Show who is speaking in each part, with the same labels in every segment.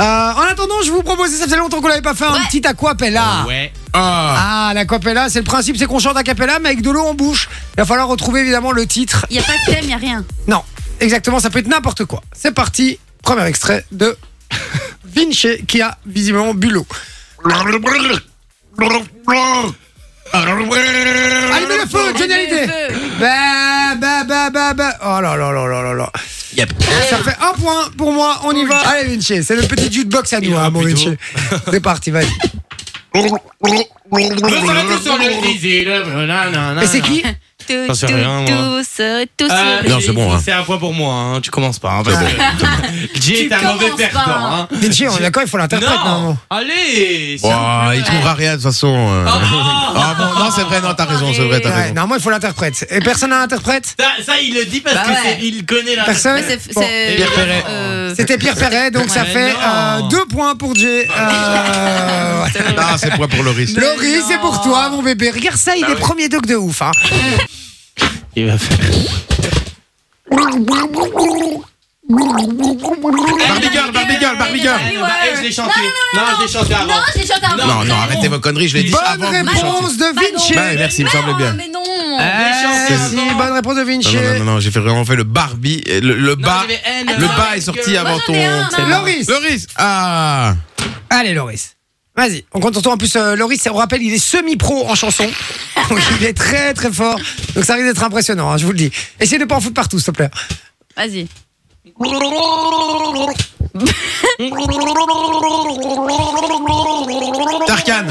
Speaker 1: Euh, en attendant, je vous proposais, ça faisait longtemps qu'on l'avait pas fait, un
Speaker 2: Ouais.
Speaker 1: petit aquapella.
Speaker 3: Ouais.
Speaker 1: Ah, l'aquapella, c'est le principe, c'est qu'on chante acapella, mais avec de l'eau en bouche. Il va falloir retrouver évidemment le titre.
Speaker 2: Il n'y a pas de thème, il n'y a rien.
Speaker 1: Non, exactement, ça peut être n'importe quoi. C'est parti, premier extrait de Vinci qui a visiblement bu l'eau. Allumez le feu, Johnny Hallyday. Bah, bah, bah, bah, bah. Oh là là là là là là.
Speaker 3: Yep.
Speaker 1: Ça fait un point pour moi, on y va. Allez Vinci, c'est le petit jukebox à nous,
Speaker 3: aura
Speaker 1: hein, mon
Speaker 3: plus
Speaker 1: Vinci.
Speaker 3: d'eau.
Speaker 1: C'est parti, vas-y. Et c'est qui
Speaker 2: Tous,
Speaker 3: J'en
Speaker 2: tous,
Speaker 3: sais rien, moi.
Speaker 2: tous, euh, tous.
Speaker 3: Euh,
Speaker 2: euh,
Speaker 4: Non, c'est bon, hein.
Speaker 3: C'est un point pour moi, hein. tu commences pas. Hein, parce que- Jay est
Speaker 2: Tu
Speaker 3: un mauvais
Speaker 2: commences
Speaker 3: perdant.
Speaker 2: pas,
Speaker 3: Hein.
Speaker 1: Vinci, on est d'accord, il faut l'interprète, non
Speaker 3: Non Allez c'est un-
Speaker 4: Ouah, il trouvera rien de toute façon. euh.
Speaker 3: Oh.
Speaker 4: Ah bon, non, c'est vrai, non, t'as raison, c'est vrai, t'as
Speaker 1: Ouais,
Speaker 4: raison.
Speaker 1: normalement, il faut l'interprète. Et personne n'a l'interprète
Speaker 3: ça, ça, il le dit parce
Speaker 2: Bah
Speaker 3: que
Speaker 2: ouais.
Speaker 3: c'est- il connaît la.
Speaker 1: Personne
Speaker 2: mais c'est-
Speaker 1: Bon.
Speaker 2: c'est-
Speaker 4: Pierre Perret.
Speaker 2: euh,
Speaker 1: C'était Pierre Perret, donc ça
Speaker 3: Ouais,
Speaker 1: fait euh,
Speaker 3: non.
Speaker 1: deux points pour Jay. Euh, ouais.
Speaker 4: Ah, c'est point pour Loris.
Speaker 1: Laurie,
Speaker 2: non.
Speaker 1: c'est pour toi, mon bébé. Regarde ça,
Speaker 4: Bah
Speaker 1: il est premier doc de ouf. Hein.
Speaker 3: Il va faire.
Speaker 4: Barbie Girl, Barbie Girl, Barbie Girl.
Speaker 2: Ah, ouais.
Speaker 3: Bah, eh, je l'ai chanté. Non, je l'ai chanté avant.
Speaker 2: Non, j'ai chanté avant.
Speaker 4: Non, non, arrêtez vos conneries, je l'ai dit
Speaker 1: Bonne
Speaker 4: avant. que vous
Speaker 1: réponse
Speaker 4: chantiez.
Speaker 1: de
Speaker 2: Pardon.
Speaker 1: Vinci.
Speaker 4: Bah, merci, il me semble bien.
Speaker 2: Mais non.
Speaker 3: Ah,
Speaker 1: Eh,
Speaker 3: c'est
Speaker 1: si,
Speaker 3: bon.
Speaker 1: bonne réponse de Vinci.
Speaker 4: Bah Non, non, non, non, j'ai fait vraiment fait le Barbie. et Le, le
Speaker 3: Non,
Speaker 4: bas,
Speaker 3: j'avais N.
Speaker 4: le bas
Speaker 3: Ah,
Speaker 4: est sorti
Speaker 3: que-
Speaker 4: avant
Speaker 2: Moi, j'en
Speaker 4: ton.
Speaker 2: ai un, là.
Speaker 1: Loris.
Speaker 4: Loris. Ah.
Speaker 1: Allez, Loris. Vas-y, on compte sur toi. En plus, euh, Loris, on rappelle, il est semi-pro en chanson. Donc, il est très, très fort. Donc, ça risque d'être impressionnant, hein, je vous le dis. Essayez de pas en foutre partout, s'il te plaît.
Speaker 2: Vas-y.
Speaker 4: Tarkan.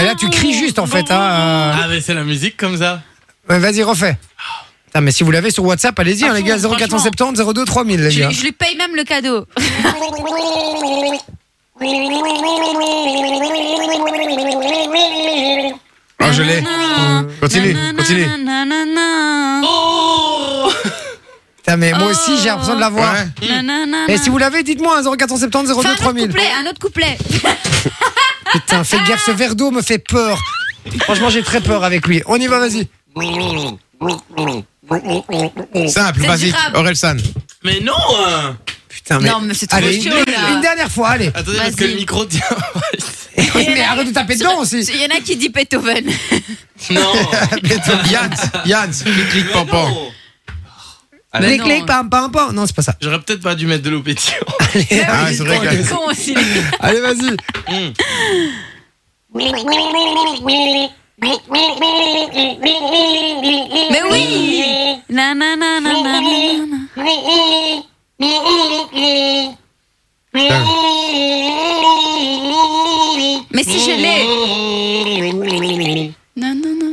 Speaker 1: Et là, tu cries juste, en fait. Hein,
Speaker 3: Ah, mais c'est la musique comme ça.
Speaker 1: euh. Ouais, Vas-y, refais. Putain, mais si vous l'avez sur WhatsApp, allez-y, hein, les gars. 0470 02 3000, les
Speaker 2: Je,
Speaker 1: gars.
Speaker 2: je lui paye même le cadeau.
Speaker 4: Oh, je l'ai. Continue, continue.
Speaker 3: Oh
Speaker 1: Putain, mais moi aussi,
Speaker 2: Oh.
Speaker 1: j'ai l'impression de l'avoir.
Speaker 4: Ouais.
Speaker 1: Et si vous l'avez, dites-moi, hein, 0470 02
Speaker 2: Fais un autre
Speaker 1: 3000.
Speaker 2: couplet, un autre couplet.
Speaker 1: Putain, fais gaffe, ce verre d'eau me fait peur. Franchement, j'ai très peur avec lui. On y va, vas-y.
Speaker 4: Simple,
Speaker 2: C'est
Speaker 4: basique.
Speaker 2: durable.
Speaker 4: Orelsan.
Speaker 3: Mais non hein.
Speaker 1: Putain, mais.
Speaker 2: Non, mais c'est trop
Speaker 1: Allez,
Speaker 2: chaud, là.
Speaker 1: une, une dernière fois, allez.
Speaker 3: Attendez, parce que
Speaker 2: Vas-y.
Speaker 3: le micro tient.
Speaker 1: Oui, mais arrête de taper dedans aussi.
Speaker 2: Il y en a qui dit Beethoven.
Speaker 3: non
Speaker 4: Yann. Yann. Clic, clic, pan, pan.
Speaker 3: Non.
Speaker 1: Les
Speaker 2: Ah, non.
Speaker 1: clics, pam, pam, pam. Non, c'est pas ça.
Speaker 3: J'aurais peut-être pas dû mettre de l'eau pétillante.
Speaker 4: Ah, c'est vrai que.
Speaker 2: Con aussi.
Speaker 1: Allez, vas-y.
Speaker 2: Mais oui. Na, na, na, na, na, na. Mais si je l'ai. Non, non, non.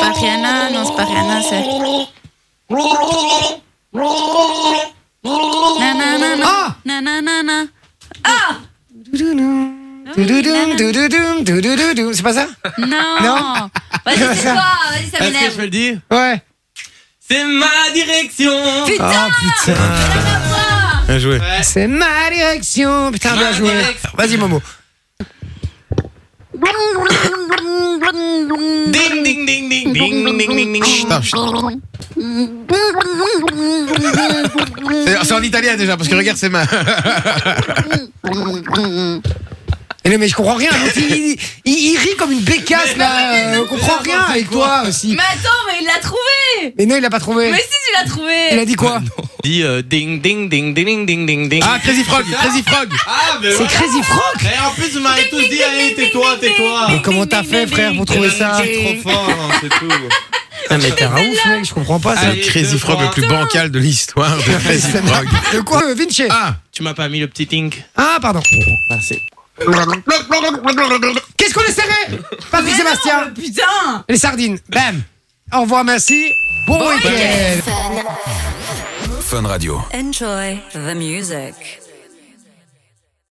Speaker 2: pas Rihanna non c'est pas Rihanna c'est na na na na
Speaker 1: Ah
Speaker 2: na na na na Ah!
Speaker 1: Doudoudou, doudoudou, doudoudou. C'est pas ça
Speaker 2: non,
Speaker 1: Non.
Speaker 2: vas-y c'est toi vas-y
Speaker 3: Est-ce que je
Speaker 2: ça
Speaker 3: peux
Speaker 2: m'énerve
Speaker 3: le dire
Speaker 1: Ouais.
Speaker 3: C'est ma direction
Speaker 2: putain
Speaker 1: Ah, putain.
Speaker 4: Bien joué.
Speaker 3: Ouais.
Speaker 1: C'est ma direction. Putain, bien
Speaker 3: Ma
Speaker 1: joué.
Speaker 3: direction.
Speaker 1: Vas-y, Momo.
Speaker 3: Ding ding ding ding ding ding ding ding
Speaker 4: Putain, je- C'est- C'est en italien déjà, parce que regarde ses mains.
Speaker 1: Mais non, Eh, mais je comprends rien. l'autre, Il, il- il- il rit comme une bécasse, là. euh, On comprend rien avec toi aussi.
Speaker 2: mais attends mais il l'a trouvé
Speaker 1: Mais non, il l'a pas trouvé.
Speaker 2: mais si tu l'as
Speaker 1: Il a
Speaker 2: trouvé
Speaker 1: dit quoi
Speaker 3: Dis euh, ding ding ding ding ding ding ding
Speaker 4: Ah, Crazy Frog, Crazy Frog.
Speaker 3: Ah mais
Speaker 1: C'est Crazy Frog
Speaker 3: Et en plus vous m'avez tous dit allez tais-toi tais-toi Ah,
Speaker 1: Mais Ah, comment t'as fait, frère, pour trouver ça
Speaker 3: C'est trop fort hein, c'est tout
Speaker 1: Putain, mais t'es un Ah, ouf, mec, je comprends pas ça.
Speaker 3: Allez,
Speaker 4: Crazy
Speaker 3: deux
Speaker 4: Frog
Speaker 3: points.
Speaker 4: le plus bancal de l'histoire de Crazy
Speaker 1: Ça
Speaker 4: Frog.
Speaker 1: m'a- De quoi euh, Vinci
Speaker 4: Ah,
Speaker 3: Tu m'as pas mis le petit ding
Speaker 1: Ah, pardon.
Speaker 3: Merci
Speaker 1: Qu'est-ce qu'on est serré Patrick
Speaker 2: Mais
Speaker 1: Sébastien
Speaker 2: non, putain
Speaker 1: Les sardines. Bam Au revoir, merci. Bon week-end
Speaker 5: Fun Radio.
Speaker 6: Enjoy the music.